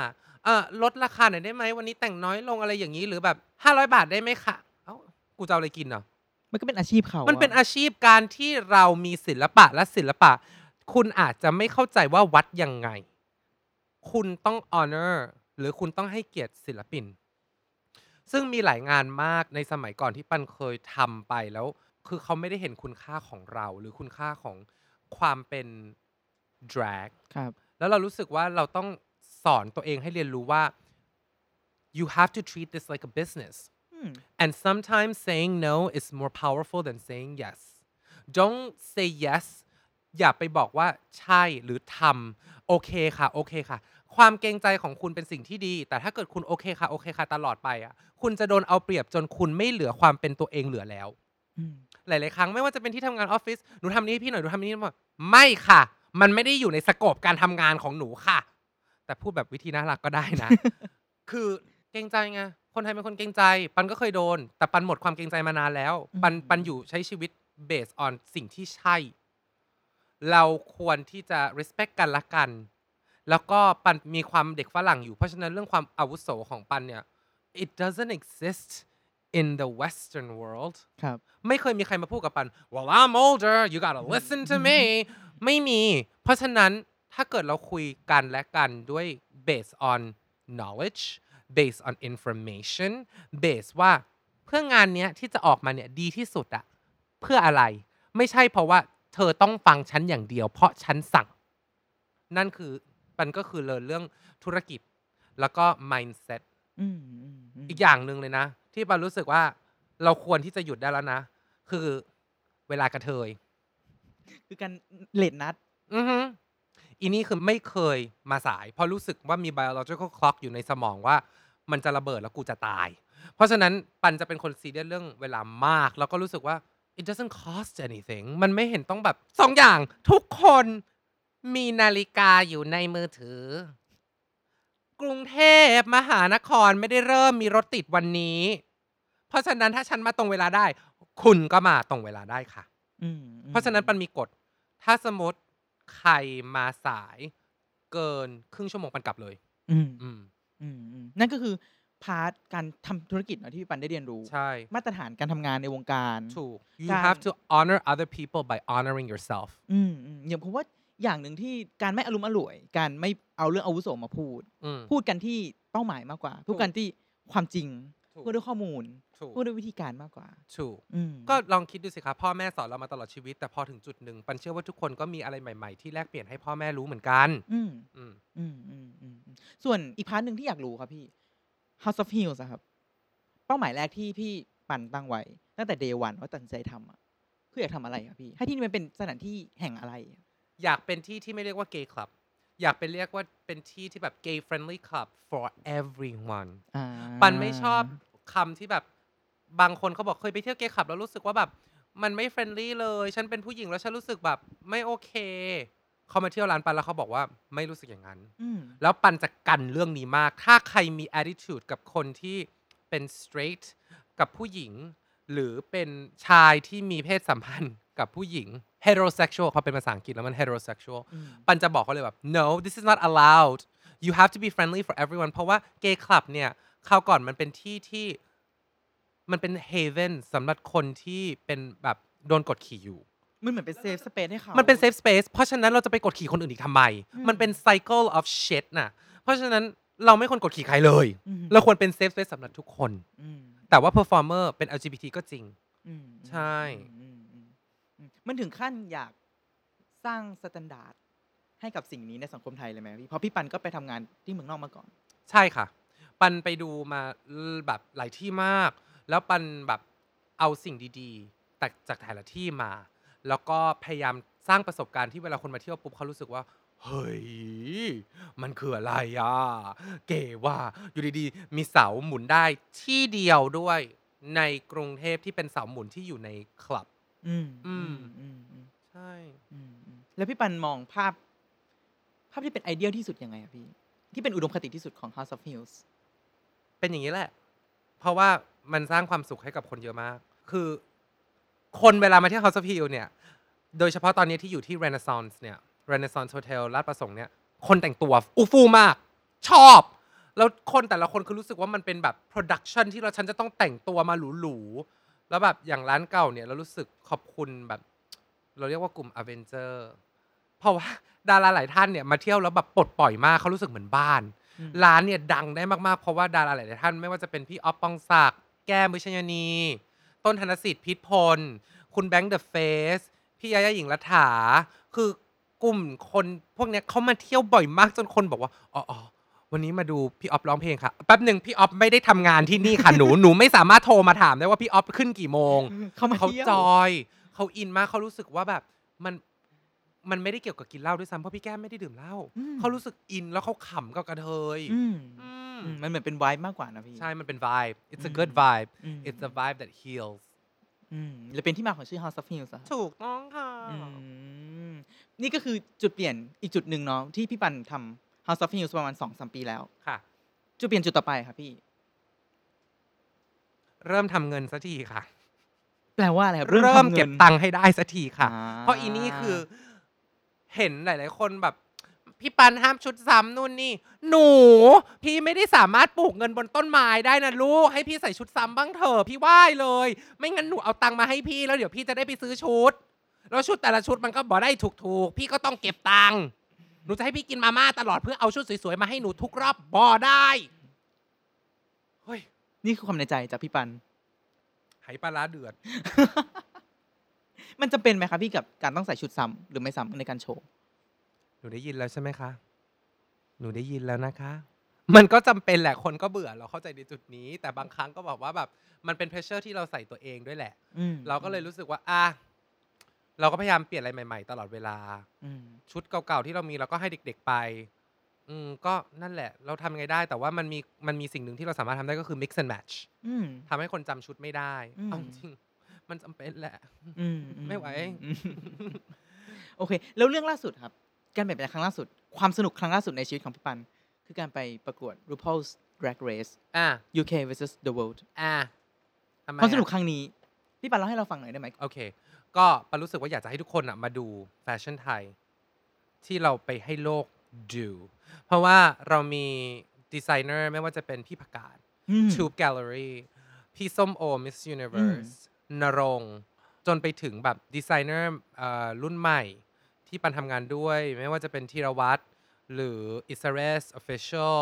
[SPEAKER 1] เออลดราคาหน่อยได้ไหม วันนี้แต่งน้อยลงอะไรอย่างนี้ หรือแบบ 500 บาทได้ไหมคะเอ้ากูจะเอาอะไรกินเนาะ
[SPEAKER 4] มันก็เป็นอาชีพเขา
[SPEAKER 1] มันเป็น
[SPEAKER 4] อะ
[SPEAKER 1] อาชีพการที่เรามีศิลปะและศิลปะ คุณอาจจะไม่เข้าใจว่าวัดยังไง คุณต้อง honor หรือคุณต้องให้เกียรติศิลปิน ซึ่งมีหลายงานมากในสมัยก่อนที่ปันเคยทำไปแล้ว คือเขาไม่ได้เห็นคุณค่าของเรา หรือคุณค่าของความเป็น drag
[SPEAKER 4] ครับ
[SPEAKER 1] แล้วเรารู้สึกว่าเราต้องสอนตัวเองให้เรียนรู้ว่า you have to treat this like a business
[SPEAKER 4] อืม
[SPEAKER 1] And sometimes saying no is more powerful than saying yes. Don't say yes อย่าไปบอกว่าใช่หรือทำโอเคค่ะ โอเคค่ะ ความเกรงใจของคุณเป็นสิ่งที่ดี แต่ถ้าเกิดคุณโอเคค่ะ โอเคค่ะ ตลอดไปอ่ะ คุณจะโดนเอาเปรียบจนคุณไม่เหลือความเป็นตัวเองเหลือแล้ว
[SPEAKER 4] อืม
[SPEAKER 1] หลาย ๆ ครั้งไม่ว่าจะเป็นที่ทำงานออฟฟิศ หนูทำนี้ให้พี่หน่อย หนูทำนี้ให้หน่อยไม่ค่ะ มันไม่ได้อยู่ในสโกปการทำงานของหนูค่ะ แต่พูดแบบวิธีน่ารักก็ได้ นะ คือเกรงใจไง คนไทยเป็นคนเกรงใจ ปันก็เคยโดน แต่ปันหมดความเกรงใจมานานแล้ว ปัน ปันอยู่ใช้ชีวิตเบสออนสิ่งที่ใช่ เราควรที่จะ respect กันละกัน แล้วก็ปันมีความเด็กฝรั่งอยู่ เพราะฉะนั้นเรื่องความอาวุโสของปันเนี่ย it doesn't exist in the western world
[SPEAKER 4] ครับ
[SPEAKER 1] ไม่เคยมีใครมาพูดกับปัน well I'm older you gotta listen to me ไม่มี เพราะฉะนั้นถ้าเกิดเราคุยกันและกันด้วย based on knowledge based on information based ว่าเพื่องานเนี้ยที่จะออกมาเนี่ยดีที่สุดอะเพื่ออะไร ไม่ใช่เพราะว่าเธอต้องฟังฉันอย่างเดียว เพราะฉันสั่ง นั่นคือมันก็คือเรียนเรื่องธุรกิจ แล้วก็ mindset
[SPEAKER 4] อืมอืมม
[SPEAKER 1] อีกอย่างหนึ่งเลยนะ ที่ปารู้สึกว่าเราควรที่จะหยุดได้แล้วนะ คือเวลากระเทย
[SPEAKER 4] คือการเลดนัด
[SPEAKER 1] อือฮึอีนี่คือไม่เคยมาสาย เพราะรู้สึกว่ามี biological clock อยู่ในสมองว่า มันจะระเบิดแล้วกูจะตาย เพราะฉะนั้นปันจะเป็นคนซีเรียสเรื่องเวลามาก แล้วก็รู้สึกว่า it doesn't cost anything มันไม่เห็นต้องแบบสองอย่าง ทุกคนมีนาฬิกาอยู่ในมือถือ กรุงเทพมหานครไม่ได้เริ่มมีรถติดวันนี้ เพราะฉะนั้นถ้าฉันมาตรงเวลาได้ คุณก็มาตรงเวลาได้ค่ะ
[SPEAKER 4] อืมอืม
[SPEAKER 1] เพราะฉะนั้นปันมีกฎ ถ้าสมมติใครมาสายเกินครึ่งชั่วโมงปันกลับเลย
[SPEAKER 4] อืม
[SPEAKER 1] อืม
[SPEAKER 4] อืมอืมนั่นก็คือ พาร์ทการทำธุรกิจเนอะที่พี่ปันได้เรียนรู้
[SPEAKER 1] ใช่
[SPEAKER 4] มาตรฐานการทำงานในวงการ
[SPEAKER 1] ถูก you
[SPEAKER 4] การ
[SPEAKER 1] have to honor other people by honoring yourself
[SPEAKER 4] อืมอืมอย่างผมว่าอย่างหนึ่งที่การไม่อารมณ์อร่วย การไม่เอาเรื่องอาวุโสมาพูด
[SPEAKER 1] อืม
[SPEAKER 4] พูดกันที่เป้าหมายมากกว่า พูดกันที่ความจริง
[SPEAKER 1] ถูก
[SPEAKER 4] พูดด้วยข้อมูล
[SPEAKER 1] ถูก
[SPEAKER 4] พูดด้วยวิธีการมากกว่า
[SPEAKER 1] ถูก
[SPEAKER 4] อืม
[SPEAKER 1] ก็ลองคิดดูสิคะพ่อแม่สอนเรามาตลอดชีวิต แต่พอถึงจุดหนึ่งปันเชื่อว่าทุกคนก็มีอะไรใหม่ ๆ ที่แลกเปลี่ยนให้พ่อแม่รู้เหมือนกัน
[SPEAKER 4] อืม
[SPEAKER 1] อืม
[SPEAKER 4] อืมอืมอืมอืมส่วนอีกพาร์ทหนึ่งที่อยากรู้ครับพี่ House of Hills อะครับ เป้าหมายแรกที่พี่ปั่นตั้งไว้ ตั้งแต่ day one ว่าตัดสินใจทำอะคืออยากทำอะไรครับพี่ให้ที่นี่มันเป็นสถานที่แห่งอะไรอะ
[SPEAKER 1] อยากเป็นที่ที่ไม่เรียกว่า gay club อยากเป็นเรียกว่าเป็นที่ที่แบบ gay friendly club for everyone
[SPEAKER 4] อ่า
[SPEAKER 1] ปันไม่ชอบคำที่แบบบางคนเขาบอกเคยไปเที่ยวเกย์คลับแล้วรู้สึกว่าแบบมันไม่เฟรนลี่เลย ฉันเป็นผู้หญิงแล้วฉันรู้สึกแบบไม่โอเค เขามาเที่ยวร้านปันแล้วเขาบอกว่าไม่รู้สึกอย่างนั้น
[SPEAKER 4] อืม
[SPEAKER 1] แล้วปันจะกันเรื่องนี้มาก ถ้าใครมี attitude กับคนที่เป็น straight กับผู้หญิง หรือเป็นชายที่มีเพศสัมพันธ์กับผู้หญิง heterosexual เขาเป็นภาษาอังกฤษแล้วมัน heterosexual
[SPEAKER 4] อืม
[SPEAKER 1] ปันจะบอกเขาเลยแบบ no this is not allowed you have to be friendly for everyone เพราะว่า gay club เนี่ยคราวก่อนมันเป็นที่ที่มันเป็น haven สำหรับคนที่เป็นแบบโดนกดขี่อยู่
[SPEAKER 4] มันเหมือนเป็นเซฟสเปซให้เขา
[SPEAKER 1] มั
[SPEAKER 4] มัน
[SPEAKER 1] เป็น safe space เพราะฉะนั้นเราจะไปกดขี่คนอื่นอีกทำไม มันเป็น cycle of shit น่ะ เพราะฉะนั้นเราไม่ควรกดขี่ใครเลย เราควรเป็น safe space สำหรับทุกคน แต่ว่า performer เป็น LGBT ก็จริง ใช่
[SPEAKER 4] มันถึงขั้นอยากสร้างสแตนดาร์ดให้กับสิ่งนี้ในสังคมไทยเลยไหมพี่เพราะพี่ปันก็ไปทำงานที่เมืองนอกมาก่อน
[SPEAKER 1] ใช่ค่ะ ปันไปดูมาแบบหลายที่มาก แล้วปันแบบเอาสิ่งดีๆจากจากแต่ละที่มา แล้วก็พยายามสร้างประสบการณ์ที่เวลาคนมาเที่ยวปุ๊บเขารู้สึกว่า เฮ้ย มันคืออะไรอ่ะ เก๋ว่าอยู่ดีๆ มีเสาหมุนได้ที่เดียวด้วยในกรุงเทพที่เป็นเสาหมุนที่อยู่ในคลับ
[SPEAKER 4] อืม
[SPEAKER 1] อืม
[SPEAKER 4] อืมอืม
[SPEAKER 1] ใช่
[SPEAKER 4] อืมอืมแล้วพี่ปันมองภาพ ภาพที่เป็นไอเดียลที่สุดยังไงอะพี่ ที่เป็นอุดมคติที่สุดของ House of Hills
[SPEAKER 1] เป็นอย่างนี้แหละ เพราะว่ามันสร้างความสุขให้กับคนเยอะมาก คือ คนเวลามาเที่ยว House of Hill เนี่ย โดยเฉพาะตอนนี้ที่อยู่ที่ Renaissance เนี่ย Renaissance Hotel ลาดประสงค์เนี่ย คนแต่งตัวอูฟูมาก ชอบ แล้วคนแต่ละคนคือรู้สึกว่ามันเป็นแบบ production ที่เราฉันจะต้องแต่งตัวมาหรูๆ แล้วแบบอย่างร้านเก่าเนี่ย เรารู้สึกขอบคุณแบบ เราเรียกว่ากลุ่ม a v e n g e r เพราะว่าดาราหลายท่านเนี่ยมาเที่ยวแล้วแบบปลดปล่อยมากเขารู้สึกเหมือนบ้าน
[SPEAKER 4] อืม
[SPEAKER 1] ร้านเนี่ยดังได้มากๆ เพราะว่าดาราหลายๆท่านไม่ว่าจะเป็นพี่อ๊อฟปองศักดิ์แก้มวิชญานี ต้นธนสิทธิ์พิษพล คุณแบงค์เดอะเฟส พี่ยายาหญิงรัฐา คือกลุ่มคนพวกเนี้ยเขามาเที่ยวบ่อยมากจนคนบอกว่า อ๋อออวันนี้มาดูพี่ออฟร้องเพลงค่ะ แป๊บหนึ่งพี่ออฟไม่ได้ทำงานที่นี่ค่ะ หนู หนูไม่สามารถโทรมาถามได้ว่าพี่ออฟขึ้นกี่โมง
[SPEAKER 4] เขามา
[SPEAKER 1] เขา
[SPEAKER 4] เที่ยว
[SPEAKER 1] จอย เขาอินมาก เขารู้สึกว่าแบบมันมันไม่ได้เกี่ยวกับกินเหล้าด้วยซ้ำเพราะพี่แก้มไม่ได้ดื่มเหล้า
[SPEAKER 4] อืม
[SPEAKER 1] เขารู้สึกอินแล้วเขาขำกับกระเทย
[SPEAKER 4] อืม
[SPEAKER 1] อืม
[SPEAKER 4] อืมมันเหมือนเป็นไวบ์มากกว่านะพี่
[SPEAKER 1] ใช่ มันเป็น vibe it's a good vibe
[SPEAKER 4] อืม
[SPEAKER 1] it's a vibe that heals
[SPEAKER 4] อืมเลยเป็นที่มาของชื่อ House of Hills อะครับ
[SPEAKER 1] ถูกต้องค่ะ
[SPEAKER 4] อืมนี่ก็คือจุดเปลี่ยนอีกจุดหนึ่งเนาะที่พี่ปันทำ House of News ประมาณสองสามปีแล้ว
[SPEAKER 1] ค่ะ
[SPEAKER 4] จุดเปลี่ยนจุดต่อไปครับพี่
[SPEAKER 1] เริ่มทำเงินสักทีค่ะ
[SPEAKER 4] แปลว่าอะไรครับ
[SPEAKER 1] เริ่มเก็บตังค์ให้ได้สักทีค่ะ
[SPEAKER 4] อ่
[SPEAKER 1] เพราะอีนี่คือเห็นหลาย ๆ คนแบบ พี่ปันห้ามชุดซ้ำนู่นนี่ หนู พี่ไม่ได้สามารถปลูกเงินบนต้นไม้ได้นะลูก ให้พี่ใส่ชุดซ้ำบ้างเถอะพี่ไหว้เลย ไม่งั้นหนูเอาตังค์มาให้พี่แล้วเดี๋ยวพี่จะได้ไปซื้อชุด แล้วชุดแต่ละชุดมันก็บอกได้ถูก ๆ พี่ก็ต้องเก็บตังค์หนูจะให้พี่กินมาม่าตลอดเพื่อเอาชุดสวย ๆ มาให้หนูทุกรอบบอได้เฮ้ย
[SPEAKER 4] นี่คือความในใจจากพี่ปัน
[SPEAKER 1] ไหปลาร้าเดือด
[SPEAKER 4] มันจะเป็นไหมครับพี่กับการต้องใส่ชุดซ้ำหรือไม่ซ้ำในการโชว์
[SPEAKER 1] หนูได้ยินแล้วใช่ไหมคะ หนูได้ยินแล้วนะคะ มันก็จำเป็นแหละ คนก็เบื่อเราเข้าใจในจุดนี้ แต่บางครั้งก็บอกว่าแบบมันเป็นเพรสเชอร์ที่เราใส่ตัวเองด้วยแหละ
[SPEAKER 4] อืม
[SPEAKER 1] เราก็เลยรู้สึกว่า อ่ะ เราก็พยายามเปลี่ยนอะไรใหม่ๆ ตลอดเวลา
[SPEAKER 4] อืม
[SPEAKER 1] ชุดเก่าๆ ที่เรามีเราก็ให้เด็ก ๆ ไป อืม ก็นั่นแหละ เราทำยังไงได้ แต่ว่ามันมี มันมีสิ่งหนึ่งที่เราสามารถทำได้ก็คือ mix and match
[SPEAKER 4] อืม
[SPEAKER 1] ทำให้คนจำชุดไม่ได้
[SPEAKER 4] อืม
[SPEAKER 1] เอาจริงมันจำเป็นแหละ
[SPEAKER 4] อืมอื
[SPEAKER 1] ไม่ไหว
[SPEAKER 4] อืม โอเค แล้วเรื่องล่าสุดครับ การเปลี่ยนแปลงครั้งล่าสุด ความสนุกครั้งล่าสุดในชีวิตของพี่ปัน คือการไปประกวด RuPaul's Drag Race
[SPEAKER 1] อ่ะ
[SPEAKER 4] UK versus the world
[SPEAKER 1] อ่ะทำไม
[SPEAKER 4] ความสนุก
[SPEAKER 1] อ่ะ
[SPEAKER 4] ครั้งนี้ พี่ปันเล่าให้เราฟังหน่อยได้ไหม
[SPEAKER 1] โอเค ก็ปนรู้สึกว่าอยากจะให้ทุกคนอ่ะมาดูแฟชั่นไทย ที่เราไปให้โลกดู เพราะว่าเรามีดีไซเนอร์ไม่ว่าจะเป็นพี่ประกาศ
[SPEAKER 4] อืม
[SPEAKER 1] Tube Gallery พี่ส้มโอ Miss Universe นรงค์จนไปถึงแบบดีไซเนอร์เอ่อรุ่นใหม่ ที่ปันทำงานด้วย ไม่ว่าจะเป็นธีรวัตรหรืออิสเรส Official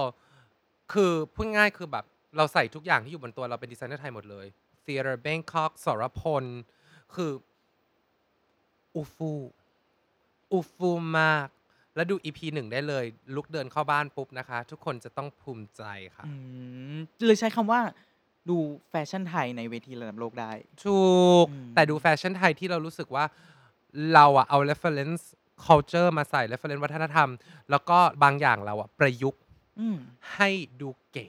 [SPEAKER 1] คือพูดง่ายคือแบบ เราใส่ทุกอย่างที่อยู่บนตัวเราเป็นดีไซเนอร์ไทยหมดเลยเซียร์แบงคอกสรพล คือ อูฟูอูฟูมาก แล้วดูอีพีหนึ่งได้เลย ลุกเดินเข้าบ้านปุ๊บนะคะ ทุกคนจะต้องภูมิใจค่ะ
[SPEAKER 4] อืมเลยใช้คำว่าดูแฟชั่นไทยในเวทีระดับโลกได้
[SPEAKER 1] ถูก
[SPEAKER 4] อืม
[SPEAKER 1] แต่ดูแฟชั่นไทยที่เรารู้สึกว่าเราอะเอา reference culture มาใส่ reference วัฒนธรรม แล้วก็บางอย่างเราอะประยุกต์
[SPEAKER 4] อืม
[SPEAKER 1] ให้ดูเก๋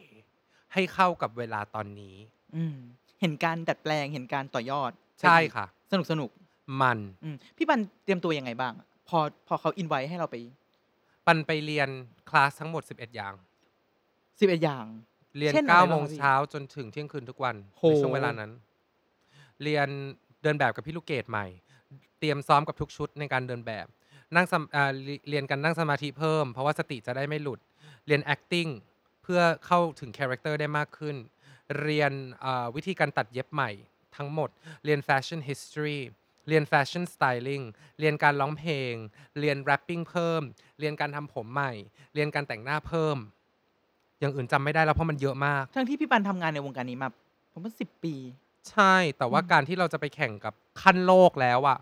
[SPEAKER 1] ให้เข้ากับเวลาตอนนี้
[SPEAKER 4] อืมเห็นการดัดแปลงเห็นการต่อยอด
[SPEAKER 1] ใช่ค่ะ
[SPEAKER 4] สนุกสนุก
[SPEAKER 1] มัน
[SPEAKER 4] ๆอืมพี่บันเตรียมตัวยังไงบ้าง พอพอเขาอินไว้ให้เราไป
[SPEAKER 1] ปันไปเรียนคลาสทั้งหมด 11 อย่าง
[SPEAKER 4] สิบเอ็ดอย่าง
[SPEAKER 1] เรียน
[SPEAKER 4] เช่นอะ
[SPEAKER 1] 9
[SPEAKER 4] ไร
[SPEAKER 1] โม
[SPEAKER 4] บ้าง
[SPEAKER 1] ง
[SPEAKER 4] คะพี่
[SPEAKER 1] เช้าจนถึงเที่ยงคืนทุกวัน
[SPEAKER 4] โห
[SPEAKER 1] ในช่วงเวลานั้น เรียนเดินแบบกับพี่ลูกเกดใหม่ เตรียมซ้อมกับทุกชุดในการเดินแบบ นั่งสมอ่าเรีเรียนกันนั่งสมาธิเพิ่ม เพราะว่าสติจะได้ไม่หลุด เรียน acting เพื่อเข้าถึงคาแรคเตอร์ได้มากขึ้น เรียนอ่าวิธีการตัดเย็บใหม่ทั้งหมด เรียน fashion history เรียน fashion styling เรียนการร้องเพลง เรียน rapping เพิ่ม เรียนการทำผมใหม่ เรียนการแต่งหน้าเพิ่ม อย่างอื่นจำไม่ได้แล้วเพราะมันเยอะมาก
[SPEAKER 4] ทั้งที่พี่บันทำงานในวงการนี้มาผมว่าสิบปี
[SPEAKER 1] ใช่ แต่ว่าการที่เราจะไปแข่งกับขั้นโลกแล้วอะ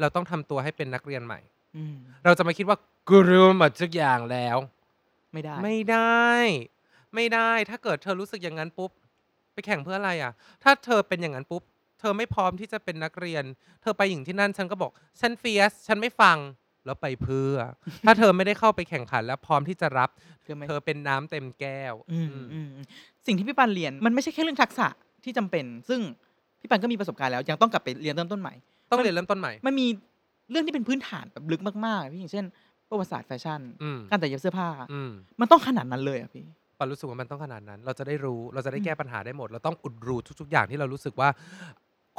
[SPEAKER 1] เราต้องทำตัวให้เป็นนักเรียนใหม่
[SPEAKER 4] อืม
[SPEAKER 1] เราจะมาคิดว่ากูรู้หมดทุกอย่างแล้ว
[SPEAKER 4] ไม่ได้
[SPEAKER 1] ไม่ได้ ไม่ได้ ถ้าเกิดเธอรู้สึกอย่างนั้นปุ๊บ ไปแข่งเพื่ออะไรอ่ะ ถ้าเธอเป็นอย่างนั้นปุ๊บ เธอไม่พร้อมที่จะเป็นนักเรียน เธอไปอย่างที่นั่นฉันก็บอกฉันเฟียส ฉันไม่ฟัง แล้วไปเพื่อ ถ้าเธอไม่ได้เข้าไปแข่งขัน และพร้อมที่จะรับ
[SPEAKER 4] คือไม่
[SPEAKER 1] เธอเป็นน้ำเต็มแก้ว
[SPEAKER 4] อืม
[SPEAKER 1] อืม
[SPEAKER 4] อืมอืมสิ่งที่พี่ปันเรียนมันไม่ใช่แค่เรื่องทักษะที่จำเป็น ซึ่งพี่ปันก็มีประสบการณ์แล้ว ยังต้องกลับไปเรียนเริ่มต้นใหม่
[SPEAKER 1] ต้องเรียนเริ่มต้นใหม่
[SPEAKER 4] มันมีเรื่องที่เป็นพื้นฐานแบบลึกมากๆอะพี่อย่างเช่น ประวัติศาสตร์แฟชั่น
[SPEAKER 1] อืม
[SPEAKER 4] การแต่งเย็บเสื้อผ้า
[SPEAKER 1] อืม
[SPEAKER 4] มันต้องขนาดนั้นเลยอ่ะพี่
[SPEAKER 1] ปันรู้สึกว่ามันต้องขนาดนั้น เราจะได้รู้ เราจะได้
[SPEAKER 4] อืม
[SPEAKER 1] แก้ปัญหาได้หมด เราต้องอุดรูทุก ๆ อย่างที่เรารู้สึกว่า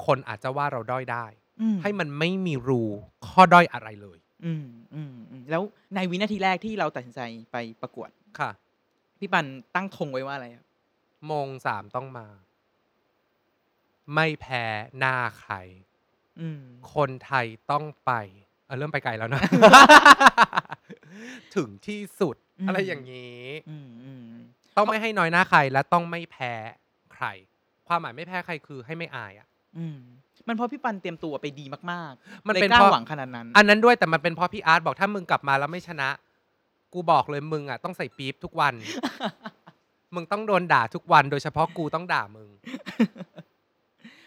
[SPEAKER 1] คนอาจจะว่าเราด้อยได้
[SPEAKER 4] อืม
[SPEAKER 1] ให้มันไม่มีรูข้อด้อยอะไรเลย
[SPEAKER 4] อืมอืมอืมแล้วในวินาทีแรกที่เราตัดสินใจไปประกวด
[SPEAKER 1] ค่ะ
[SPEAKER 4] พี่ปันตั้งธงไว้ว่าอะไรครับ
[SPEAKER 1] โมงสามต้องมา ไม่แพ้หน้าใคร
[SPEAKER 4] อืม
[SPEAKER 1] คนไทยต้องไปเอ่อเริ่มไปไกลแล้ว นะ ถึงที่สุด
[SPEAKER 4] อืม
[SPEAKER 1] อะไรอย่างนี้
[SPEAKER 4] อืมอืม
[SPEAKER 1] ต้องไม่ให้น้อยหน้าใคร และต้องไม่แพ้ใคร ความหมายไม่แพ้ใครคือให้ไม่อายอ่ะ
[SPEAKER 4] อืมมันเพราะพี่ปันเตรียมตัวไปดีมากๆ
[SPEAKER 1] มัน
[SPEAKER 4] ลย
[SPEAKER 1] เป็น
[SPEAKER 4] กล้า
[SPEAKER 1] เพราะ
[SPEAKER 4] หวังขนาดนั้น
[SPEAKER 1] อันนั้นด้วยแต่มันเป็นเพราะพี่อาร์ตบอกถ้ามึงกลับมาแล้วไม่ชนะ กูบอกเลยมึงอ่ะต้องใส่ปี๊บทุกวัน มึงต้องโดนด่าทุกวันโดยเฉพาะกูต้องด่ามึง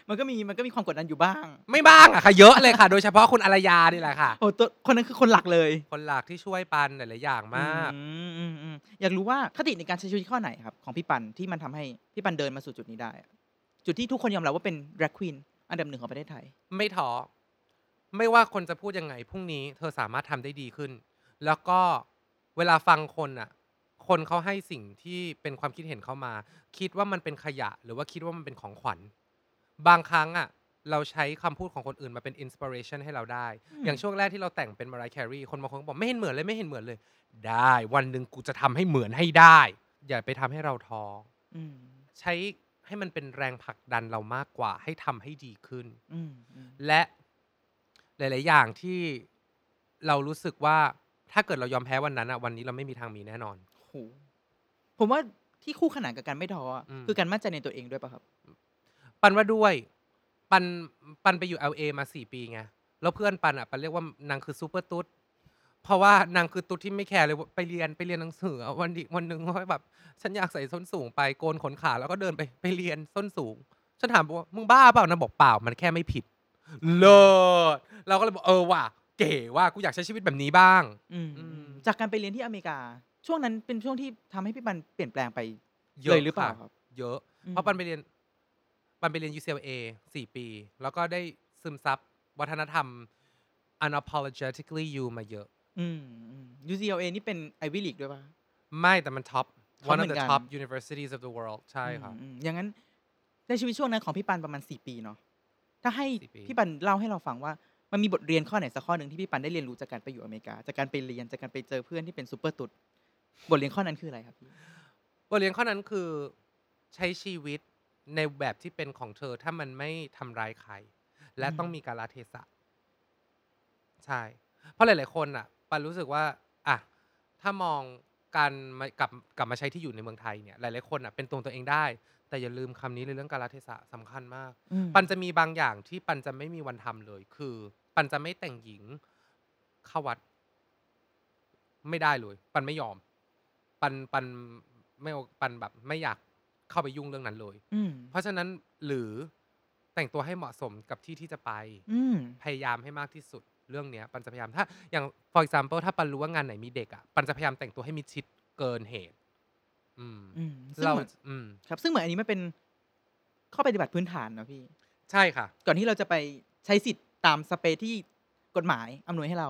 [SPEAKER 4] มันก็มีมันก็มีความกดดันอยู่บ้าง
[SPEAKER 1] ไม่บ้างอ่ะค่ะเยอะเลยค่ะ โดยเฉพาะคุณอารยานี่แหละค่ะ
[SPEAKER 4] โอ้ตัวคนนั้นคือคนหลักเลย
[SPEAKER 1] คนหลักที่ช่วยปันหลายๆอย่างมาก
[SPEAKER 4] อืมอืมอืมอยากรู้ว่าคติในการใช้ชีวิตข้อไหนครับ ของพี่ปันที่มันทำให้พี่ปันเดินมาสู่จุดนี้ได้อะจุดที่ทุกคนยอมรับว่าเป็น drag queen อันดับหนึ่งของประเทศไทย
[SPEAKER 1] ไม่ท้อไม่ว่าคนจะพูดยังไงพรุ่งนี้เธอสามารถทำได้ดีขึ้น แล้วก็เวลาฟังคนอ่ะ คนเขาให้สิ่งที่เป็นความคิดเห็นเข้ามา คิดว่ามันเป็นขยะ หรือว่าคิดว่ามันเป็นของขวัญ บางครั้งอ่ะ เราใช้คำพูดของคนอื่นมาเป็นอินสปิเรชันให้เราได้
[SPEAKER 4] อืม
[SPEAKER 1] อย่างช่วงแรกที่เราแต่งเป็นมารายแครีคนบางคนก็บอกไม่เห็นเหมือนเลยไม่เห็นเหมือนเลย ได้วันหนึ่งกูจะทำให้เหมือนให้ได้ อย่าไปทำให้เราท้อ
[SPEAKER 4] อืม
[SPEAKER 1] ใช้ให้มันเป็นแรงผลักดันเรามากกว่า ให้ทำให้ดีขึ้น
[SPEAKER 4] อืมอืม
[SPEAKER 1] และหลาย ๆ อย่างที่เรารู้สึกว่าถ้าเกิดเรายอมแพ้วันนั้นอะวันนี้เราไม่มีทางมีแน่นอน
[SPEAKER 4] โหผมว่าที่คู่ขนานกับการไม่ท้ออะ
[SPEAKER 1] อืม
[SPEAKER 4] คือการมั่นใจในตัวเองด้วยป่ะครับ
[SPEAKER 1] ปันว่าด้วย ปันปันไปอยู่ LA มาสี่ปีไงแล้วเพื่อนปันอะปันเรียกว่านางคือซูเปอร์ตุ๊ดเพราะว่านางคือตุ๊ดที่ไม่แคร์เลยว่าไปเรียนไปเรียนหนังสืออะวันดีวันหนึ่งว่าแบบ ฉันอยากใส่ส้นสูงไปโกนขนขาแล้วก็เดินไปไปเรียนส้นสูง ฉันถามว่ามึงบ้าเปล่านางบอกเปล่ามันแค่ไม่ผิด เลิศเราก็เลยบอกเออว่ะเก๋ว่ะกูอยากใช้ชีวิตแบบนี้บ้าง
[SPEAKER 4] อืม
[SPEAKER 1] อืม
[SPEAKER 4] จากการไปเรียนที่อเมริกา ช่วงนั้นเป็นช่วงที่ทำให้พี่ปันเปลี่ยนแปลงไป
[SPEAKER 1] ย
[SPEAKER 4] เล
[SPEAKER 1] อะ
[SPEAKER 4] ยหรือเปล่า
[SPEAKER 1] ค่ะ
[SPEAKER 4] ครับ
[SPEAKER 1] เยอะ
[SPEAKER 4] อืม
[SPEAKER 1] เพราะปันไปเรียนปันไปเรียน UCLA สี่ปี แล้วก็ได้ซึมซับวัฒนธรรม unapologetically you มาเยอะ
[SPEAKER 4] อืมอืม UCLA นี่เป็นไอวิลีกด้วยป่ะ
[SPEAKER 1] ไม่แต่มันท็อป
[SPEAKER 4] ท็อป
[SPEAKER 1] one
[SPEAKER 4] เหมื
[SPEAKER 1] of
[SPEAKER 4] อน
[SPEAKER 1] the
[SPEAKER 4] กัน
[SPEAKER 1] top universities of the world ใช่ครับ
[SPEAKER 4] อืมอืมอย่างนั้นในชีวิตช่วงนั้นของพี่ปันประมาณสี่ปีเนาะ ถ้าให้
[SPEAKER 1] สี่ปี
[SPEAKER 4] พี่ปันเล่าให้เราฟังว่า มันมีบทเรียนข้อไหนสักข้อหนึ่งที่พี่ปันได้เรียนรู้จากการไปอยู่อเมริกา จากการไปเรียนจากการไปเจอเพื่อนที่เป็นซูเปอร์ตุ๊ดบทเรียนข้อนั้นคืออะไรครับพี่
[SPEAKER 1] บทเรียนข้อนั้นคือ ใช้ชีวิตในแบบที่เป็นของเธอถ้ามันไม่ทำร้ายใคร และ
[SPEAKER 4] อืม
[SPEAKER 1] ต้องมีการลเทศะ ใช่ เพราะหลาย ๆ คนอ่ะปันรู้สึกว่า อ่ะ ถ้ามองการมากลับกลับมาใช้ที่อยู่ในเมืองไทยเนี่ย หลาย ๆ คนอ่ะเป็นตัวตัวเองได้ แต่อย่าลืมคำนี้ในเรื่องการลเทศะสำคัญมาก
[SPEAKER 4] อืม
[SPEAKER 1] ปันจะมีบางอย่างที่ปันจะไม่มีวันทำเลย คือ ปันจะไม่แต่งหญิงเข้าวัด ไม่ได้เลย ปันไม่ยอม ปันปันไม่เอาปันแบบ ไม่อยากเข้าไปยุ่งเรื่องนั้นเลย
[SPEAKER 4] อืม
[SPEAKER 1] เพราะฉะนั้นหรือแต่งตัวให้เหมาะสมกับที่ที่จะไป
[SPEAKER 4] อืม
[SPEAKER 1] พยายามให้มากที่สุดเรื่องเนี้ยปันจะพยายามถ้าอย่าง for example ถ้าปันรู้ว่างานไหนมีเด็กอ่ะปันจะพยายามแต่งตัวให้มิดชิดเกินเหตุ อืม
[SPEAKER 4] อืมซึ่ง
[SPEAKER 1] เรา
[SPEAKER 4] เหมือน
[SPEAKER 1] อืม
[SPEAKER 4] ครับ ซึ่งเหมือนอันนี้มันเป็นข้อปฏิบัติพื้นฐานเนอะพี่
[SPEAKER 1] ใช่ค่ะ
[SPEAKER 4] ก่อนที่เราจะไปใช้สิทธิ์ตามสเปซที่กฎหมายอำนวยให้เรา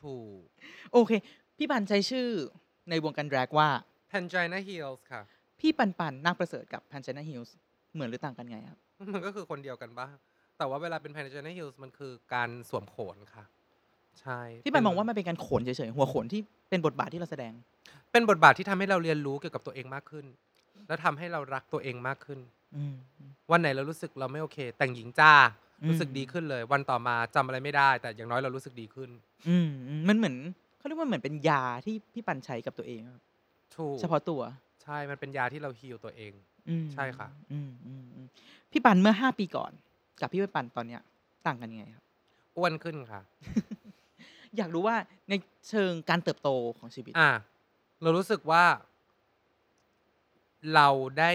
[SPEAKER 1] ถูก
[SPEAKER 4] โอเค พี่ปันใช้ชื่อในวงการแดรกว่า
[SPEAKER 1] Pangina Heels ค่ะ
[SPEAKER 4] พี่ปันปันนักประเสริฐกับพันชนะฮิลส์เหมือนหรือต่างกันไงครับ
[SPEAKER 1] มันก็คือคนเดียวกันบ้าแต่ว่าเวลาเป็น Pangina Heels มันคือการสวมโขนค่ะ ใช่
[SPEAKER 4] พี่ปันมองว่ามันเป็นการโขนเฉยๆ หัวโขนที่เป็นบทบาทที่เราแสดง
[SPEAKER 1] เป็นบทบาทที่ทำให้เราเรียนรู้เกี่ยวกับตัวเองมากขึ้น และทำให้เรารักตัวเองมากขึ้น
[SPEAKER 4] อืม
[SPEAKER 1] วันไหนเรารู้สึกเราไม่โอเค แต่งหญิงจ้า
[SPEAKER 4] อืม
[SPEAKER 1] รู้สึกดีขึ้นเลย วันต่อมาจำอะไรไม่ได้ แต่อย่างน้อยเรารู้สึกดีขึ้น
[SPEAKER 4] อืมอืมมันเหมือนเขาเรียกว่าเหมือนเป็นยาที่พี่ปันใช้กับตัวเองครับ
[SPEAKER 1] ถูก
[SPEAKER 4] เฉพาะตัว
[SPEAKER 1] ใช่ มันเป็นยาที่เราฮิลตัวเอง
[SPEAKER 4] อืม
[SPEAKER 1] ใช่ค่ะ
[SPEAKER 4] อืมอืมอืมพี่ปันเมื่อห้าปีก่อน กับพี่ปันตอนเนี้ย ต่างกันยังไงครับ
[SPEAKER 1] อ้วนขึ้นค่ะ
[SPEAKER 4] อยากรู้ว่าในเชิงการเติบโตของชีวิต
[SPEAKER 1] อ่ะเรารู้สึกว่า เราได้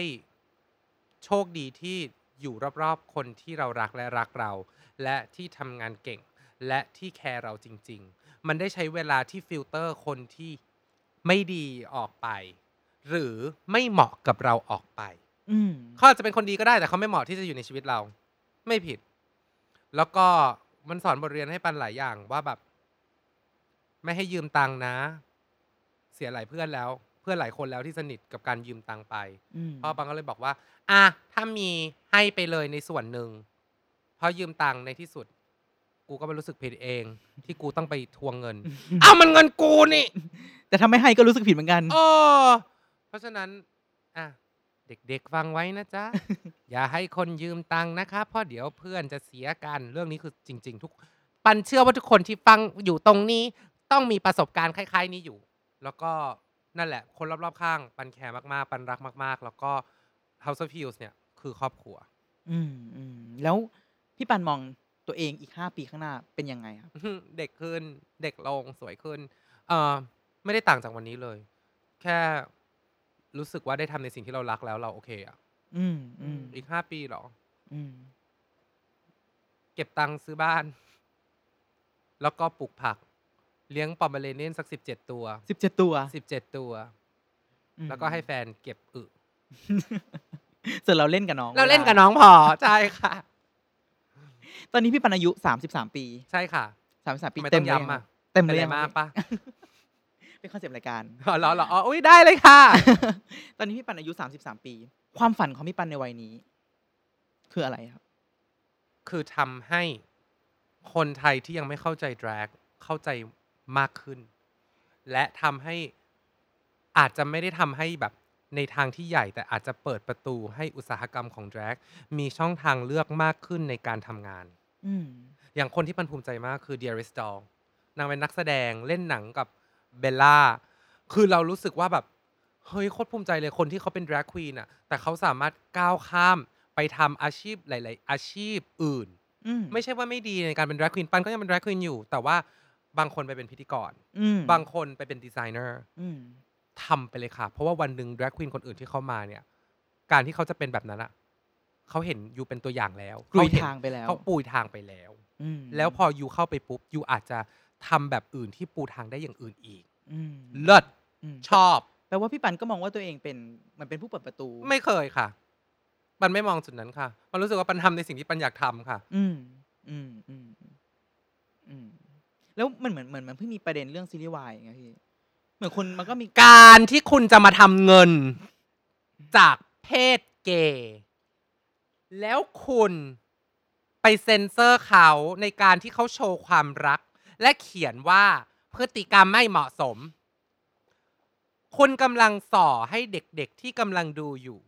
[SPEAKER 1] โชคดีที่อยู่รอบๆ คนที่เรารักและรักเรา และที่ทำงานเก่ง และที่แคร์เราจริง ๆ มันได้ใช้เวลาที่ฟิลเตอร์คนที่ไม่ดีออกไป หรือไม่เหมาะกับเราออกไป
[SPEAKER 4] อืม
[SPEAKER 1] เขาอาจจะเป็นคนดีก็ได้แต่เขาไม่เหมาะที่จะอยู่ในชีวิตเรา ไม่ผิด แล้วก็มันสอนบทเรียนให้ปันหลายอย่างว่าแบบ ไม่ให้ยืมตังค์นะ เสียหลายเพื่อนแล้ว เพื่อนหลายคนแล้วที่สนิทกับการยืมตังค์ไป
[SPEAKER 4] อืม
[SPEAKER 1] พ่อปังก็เลยบอกว่า อ่ะถ้ามีให้ไปเลยในส่วนหนึ่งเพราะยืมตังค์ในที่สุด กูก็มารู้สึกผิดเอง ที่กูต้องไปทวงเงิน อ้าวมันเงินกูนี่
[SPEAKER 4] แต่ถ้าไม่ให้ก็รู้สึกผิดเหมือนกัน
[SPEAKER 1] เออเพราะฉะนั้น อ่ะ เด็กๆ ฟังไว้นะ จ๊ะ อย่าให้คนยืมตังค์นะคะเพราะเดี๋ยวเพื่อนจะเสียกัน เรื่องนี้คือจริง ๆ ทุก ปันเชื่อว่าทุกคนที่ฟังอยู่ตรงนี้ ต้องมีประสบการณ์คล้าย ๆ นี้อยู่ แล้วก็นั่นแหละ คนรอบๆ ข้าง ปันแคร์มากๆ ปันรักมาก ๆ แล้วก็ House of Hills เนี่ย คือครอบครัว
[SPEAKER 4] อืมอืมแล้วพี่ปันมองตัวเองอีกห้าปีข้างหน้าเป็นยังไงครับ
[SPEAKER 1] เด็กขึ้น เด็กลง สวยขึ้น เอ่อ ไม่ได้ต่างจากวันนี้เลย แค่รู้สึกว่าได้ทำในสิ่งที่เรารักแล้วเราโอเคอะ
[SPEAKER 4] อืมอืม
[SPEAKER 1] อีกห้าปีเหรอ
[SPEAKER 4] อืม
[SPEAKER 1] เก็บตังค์ซื้อบ้าน แล้วก็ปลูกผัก เลี้ยงปอมเบเลเนียนสักสิบเจ็ดตัว
[SPEAKER 4] สิบเจ็ดตัว
[SPEAKER 1] สิบเจ็ดตัว
[SPEAKER 4] อืม
[SPEAKER 1] แล้วก็ให้แฟนเก็บอึ
[SPEAKER 4] ส่วนเราเล่นกับน้อง
[SPEAKER 1] เราเล่นกับ
[SPEAKER 4] ว
[SPEAKER 1] น้องพอ ใช่ค่ะ
[SPEAKER 4] ตอนนี้พี่ปันอายุสามสิบสามปี
[SPEAKER 1] ใช่ค่ะ
[SPEAKER 4] สามสิบสามปี
[SPEAKER 1] ทำไม
[SPEAKER 4] เต็
[SPEAKER 1] ต้อง
[SPEAKER 4] มเลยยัง
[SPEAKER 1] ย้ำอ่ะ
[SPEAKER 4] เต็ม
[SPEAKER 1] เป็
[SPEAKER 4] เล
[SPEAKER 1] น
[SPEAKER 4] ย
[SPEAKER 1] อะไร
[SPEAKER 4] ยัง
[SPEAKER 1] มากปะ
[SPEAKER 4] เป็นคอนเซปต์ราย การ
[SPEAKER 1] อ๋อเหรอเหรออ๋ออุ้ยได้เลยค่ะ
[SPEAKER 4] ตอนนี้พี่ปันอายุสามสิบสามปี ความฝันของพี่ปันในวัยนี้ คืออะไรครับ
[SPEAKER 1] คือทำให้คนไทยที่ยังไม่เข้าใจ drag เข้าใจมากขึ้น และทำให้อาจจะไม่ได้ทำให้แบบในทางที่ใหญ่ แต่อาจจะเปิดประตูให้อุตสาหกรรมของ drag มีช่องทางเลือกมากขึ้นในการทำงาน
[SPEAKER 4] อืม
[SPEAKER 1] อย่างคนที่ปันภูมิใจมากคือ Dearest Doll นางเป็นนักแสดงเล่นหนังกับเบลล่า คือเรารู้สึกว่าแบบ เฮ้ย โคตรภูมิใจเลยคนที่เขาเป็น drag queen อะแต่เขาสามารถก้าวข้ามไปทำอาชีพหลาย ๆ อาชีพอื่น
[SPEAKER 4] อืม
[SPEAKER 1] ไม่ใช่ว่าไม่ดีในการเป็น drag queen ปันก็ยังเป็น drag queen อยู่ แต่ว่าบางคนไปเป็นพิธีกร
[SPEAKER 4] อืม
[SPEAKER 1] บางคนไปเป็นดีไซเนอร์
[SPEAKER 4] อืม
[SPEAKER 1] ทำไปเลยค่ะ เพราะว่าวันหนึ่ง drag queen คนอื่นที่เขามาเนี่ย การที่เขาจะเป็นแบบนั้นอะเขาเห็นอยู่เป็นตัวอย่างแล้ว
[SPEAKER 4] กลุย
[SPEAKER 1] เขเห็น
[SPEAKER 4] ทางไปแล้ว
[SPEAKER 1] เขาปูยทางไปแล้ว
[SPEAKER 4] อืม
[SPEAKER 1] แล้วพอยูเข้าไปปุ๊บยูอาจจะทำแบบอื่นที่ปูทางได้อย่างอื่นอีก
[SPEAKER 4] อืม
[SPEAKER 1] เลิศ
[SPEAKER 4] อืม
[SPEAKER 1] ชอบ
[SPEAKER 4] แปลว่าพี่ปันก็มองว่าตัวเองเป็นเหมันเป็นผู้เปิดประตู
[SPEAKER 1] ไม่เคยค่ะ มันไม่มองจุดนั้นค่ะ มันรู้สึกว่าปันทำในสิ่งที่ปันอยากทำค่ะ
[SPEAKER 4] อืม อืม อืม อืม แล้วมันเหมือนเหมือนมันเพิ่งมีประเด็นเรื่องซีรีส์วายไงพี่ เหมือนคนมันก็มี
[SPEAKER 1] การที่คุณจะมาทำเงิน จากเพศเกย์แล้วคุณไปเซ็นเซอร์เขาในการที่เขาโชว์ความรัก และเขียนว่าพฤติกรรมไม่เหมาะสม คุณกำลังส่อให้เด็กๆที่กำลังดูอยู่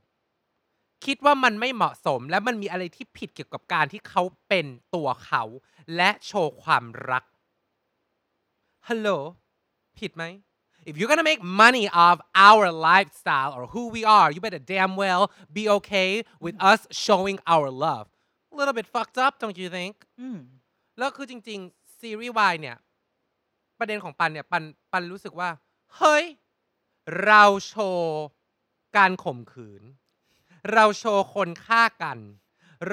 [SPEAKER 1] คิดว่ามันไม่เหมาะสม และมันมีอะไรที่ผิดเกี่ยวกับการที่เขาเป็นตัวเขา และโชว์ความรัก Hello ผิดไหม If you're gonna make money off our lifestyle or who we are you better damn well be okay with us showing our love a little bit fucked up don't you think
[SPEAKER 4] อืม
[SPEAKER 1] แล้วคือจริง ๆ ซีรีส์วายเนี่ย ประเด็นของปันเนี่ย ปันปันรู้สึกว่า เฮ้ย เราโชว์การข่มขืน เราโชว์คนฆ่ากัน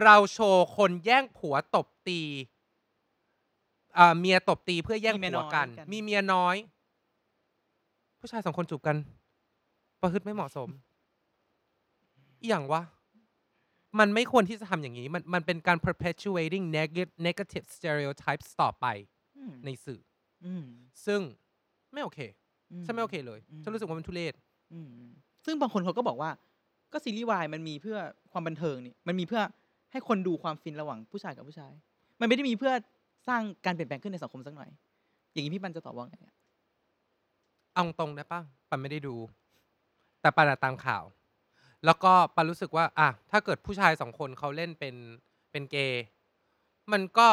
[SPEAKER 1] เราโชว์คนแย่งผัวตบตีเอ่อเมียตบตีเพื่อแย่ง
[SPEAKER 4] มีเมีย
[SPEAKER 1] ผัว
[SPEAKER 4] น้อย
[SPEAKER 1] กัน
[SPEAKER 4] กัน
[SPEAKER 1] มีเมียน้อย ผู้ชายสองคนจูบกัน ประพฤติไม่เหมาะสม อหย่างวะ มันไม่ควรที่จะทำอย่างนี้ มันมันเป็นการ perpetuating negative negative stereotypes ต่อไป
[SPEAKER 4] อืม
[SPEAKER 1] ในสื่อ
[SPEAKER 4] อืม
[SPEAKER 1] ซึ่งไม่โอเค
[SPEAKER 4] อืม
[SPEAKER 1] ฉันไม่โอเคเลย
[SPEAKER 4] อืม
[SPEAKER 1] ฉันรู้สึกว่ามันทุเรศ
[SPEAKER 4] อืมซึ่งบางคนเขาก็บอกว่า ก็ซีรีส์วายมันมีเพื่อความบันเทิงนี่ มันมีเพื่อให้คนดูความฟินระหว่างผู้ชายกับผู้ชาย มันไม่ได้มีเพื่อสร้างการเปลี่ยนแปลงขึ้นในสังคมสักหน่อย อย่างนี้พี่ปันจะตอบว่าไงอะ
[SPEAKER 1] เอาตรงได้ปะปันไม่ได้ดู แต่ปันอะตามข่าว แล้วก็ปันรู้สึกว่า อ่ะ ถ้าเกิดผู้ชายสองคนเขาเล่นเป็นเป็นเกย์ มันก็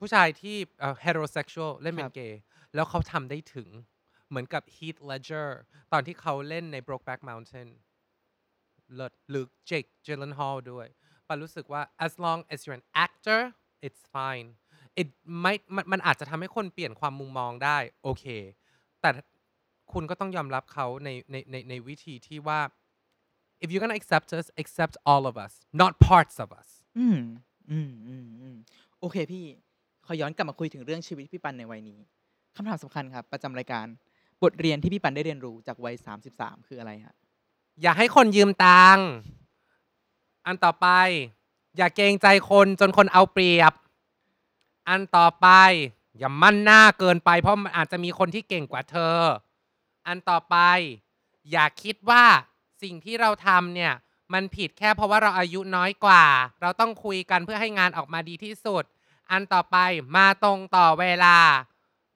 [SPEAKER 1] ผู้ชายที่เอ่อ heterosexual เล่นเป็นเกย์ แล้วเขาทำได้ถึง เหมือนกับ Heath Ledger ตอนที่เขาเล่นใน Brokeback Mountain เลิศหรือ Jake Gyllenhaal ด้วยปันรู้สึกว่า as long as you're an actor it's fine it might มันมันอาจจะทำให้คนเปลี่ยนความมุมมองได้ โอเค แต่คุณก็ต้องยอมรับเขาในในในในวิธีที่ว่า if you're gonna accept us accept all of us not parts of us
[SPEAKER 4] อืม อืมอืมอืมโอเคพี่ ขอย้อนกลับมาคุยถึงเรื่องชีวิตพี่ปันในวัยนี้คำถามสำคัญครับ ประจำรายการ บทเรียนที่พี่ปันได้เรียนรู้จากวัยสามสิบสามคืออะไรฮะ
[SPEAKER 1] อย่าให้คนยืมตังค์อันต่อไป อย่าเกรงใจคนจนคนเอาเปรียบ อันต่อไป อย่ามั่นหน้าเกินไป เพราะมันอาจจะมีคนที่เก่งกว่าเธอ อันต่อไป อย่าคิดว่าสิ่งที่เราทำเนี่ย มันผิดแค่เพราะว่าเราอายุน้อยกว่า เราต้องคุยกันเพื่อให้งานออกมาดีที่สุด อันต่อไปมาตรงต่อเวลา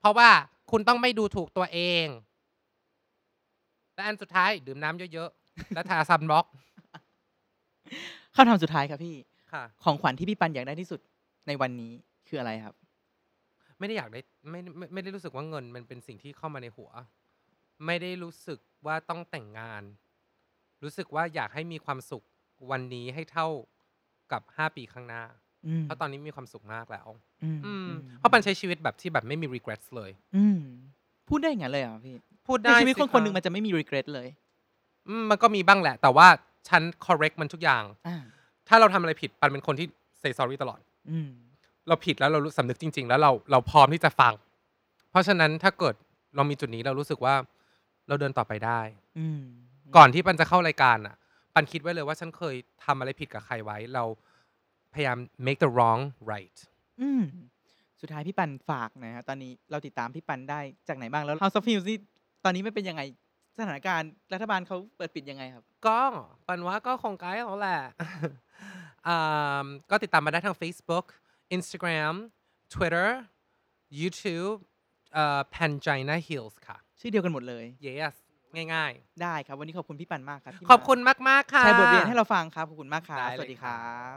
[SPEAKER 1] เพราะว่าคุณต้องไม่ดูถูกตัวเอง และอันสุดท้ายดื่มน้ำเยอะ ๆ และทาซันบล็อก
[SPEAKER 4] คำถามสุดท้ายครับพี่
[SPEAKER 1] ค่ะ
[SPEAKER 4] ของขวัญที่พี่ปันอยากได้ที่สุดในวันนี้คืออะไรครับ
[SPEAKER 1] ไม่ได้อยากได้ไม่ไม่ไม่ได้รู้สึกว่าเงินมันเป็นสิ่งที่เข้ามาในหัว ไม่ได้รู้สึกว่าต้องแต่งงาน รู้สึกว่าอยากให้มีความสุขวันนี้ให้เท่ากับ 5 ปีข้างหน้า
[SPEAKER 4] อืม
[SPEAKER 1] เพราะตอนนี้มีความสุขมากแล้ว
[SPEAKER 4] อืม
[SPEAKER 1] อื
[SPEAKER 4] อื
[SPEAKER 1] ม
[SPEAKER 4] ม
[SPEAKER 1] เพราะปันใช้ชีวิตแบบที่แบบไม่มี regrets เลย
[SPEAKER 4] อืมพูดได้อย่างนั้นเลยเหรอพี่
[SPEAKER 1] พูด
[SPEAKER 4] ใน
[SPEAKER 1] ได้
[SPEAKER 4] ชีวิตคน
[SPEAKER 1] สิะ
[SPEAKER 4] คนหนึ่งมันจะไม่มี regret เลย
[SPEAKER 1] อืมมันก็มีบ้างแหละ แต่ว่าฉัน correct มันทุกอย่าง
[SPEAKER 4] อ่า
[SPEAKER 1] ถ้าเราทำอะไรผิดปันเป็นคนที่ say sorry ตลอด
[SPEAKER 4] อืม
[SPEAKER 1] เราผิดแล้วเรารู้สำนึกจริง ๆ แล้วเราเราพร้อมที่จะฟัง เพราะฉะนั้นถ้าเกิดเรามีจุดนี้เรารู้สึกว่าเราเดินต่อไปได้
[SPEAKER 4] อืม
[SPEAKER 1] ก่อนที่ปันจะเข้ารายการอ่ะ ปันคิดไว้เลยว่าฉันเคยทำอะไรผิดกับใครไว้ เราพยายาม make the wrong right
[SPEAKER 4] อืมสุดท้ายพี่ปันฝากหนะฮะตอนนี้เราติดตามพี่ปันได้จากไหนบ้างแล้ว House of Hills นี่ตอนนี้ไม่เป็นยังไงสถานการณ์รัฐบาลเขาเปิดปิดยังไงครับ
[SPEAKER 1] ก็ปันว่าก็คงไกด์เราแหละ อ่ามก็ติดตามมาได้ทาง Facebook Instagram Twitter YouTube เอ่อ Pangina Hills ค่ะ
[SPEAKER 4] ชื่อเดียวกันหมดเลย
[SPEAKER 1] yes ง่าย
[SPEAKER 4] ได้ครับ วันนี้ขอบคุณพี่ปันมากครับ
[SPEAKER 1] ๆ
[SPEAKER 4] ที่มา
[SPEAKER 1] ขอบคุณมาก ๆ ค่ะ
[SPEAKER 4] แชร์บทเรียนให้เราฟังครับ ขอบคุณมากครับ
[SPEAKER 1] ได้เลย
[SPEAKER 4] สวัสดีครับ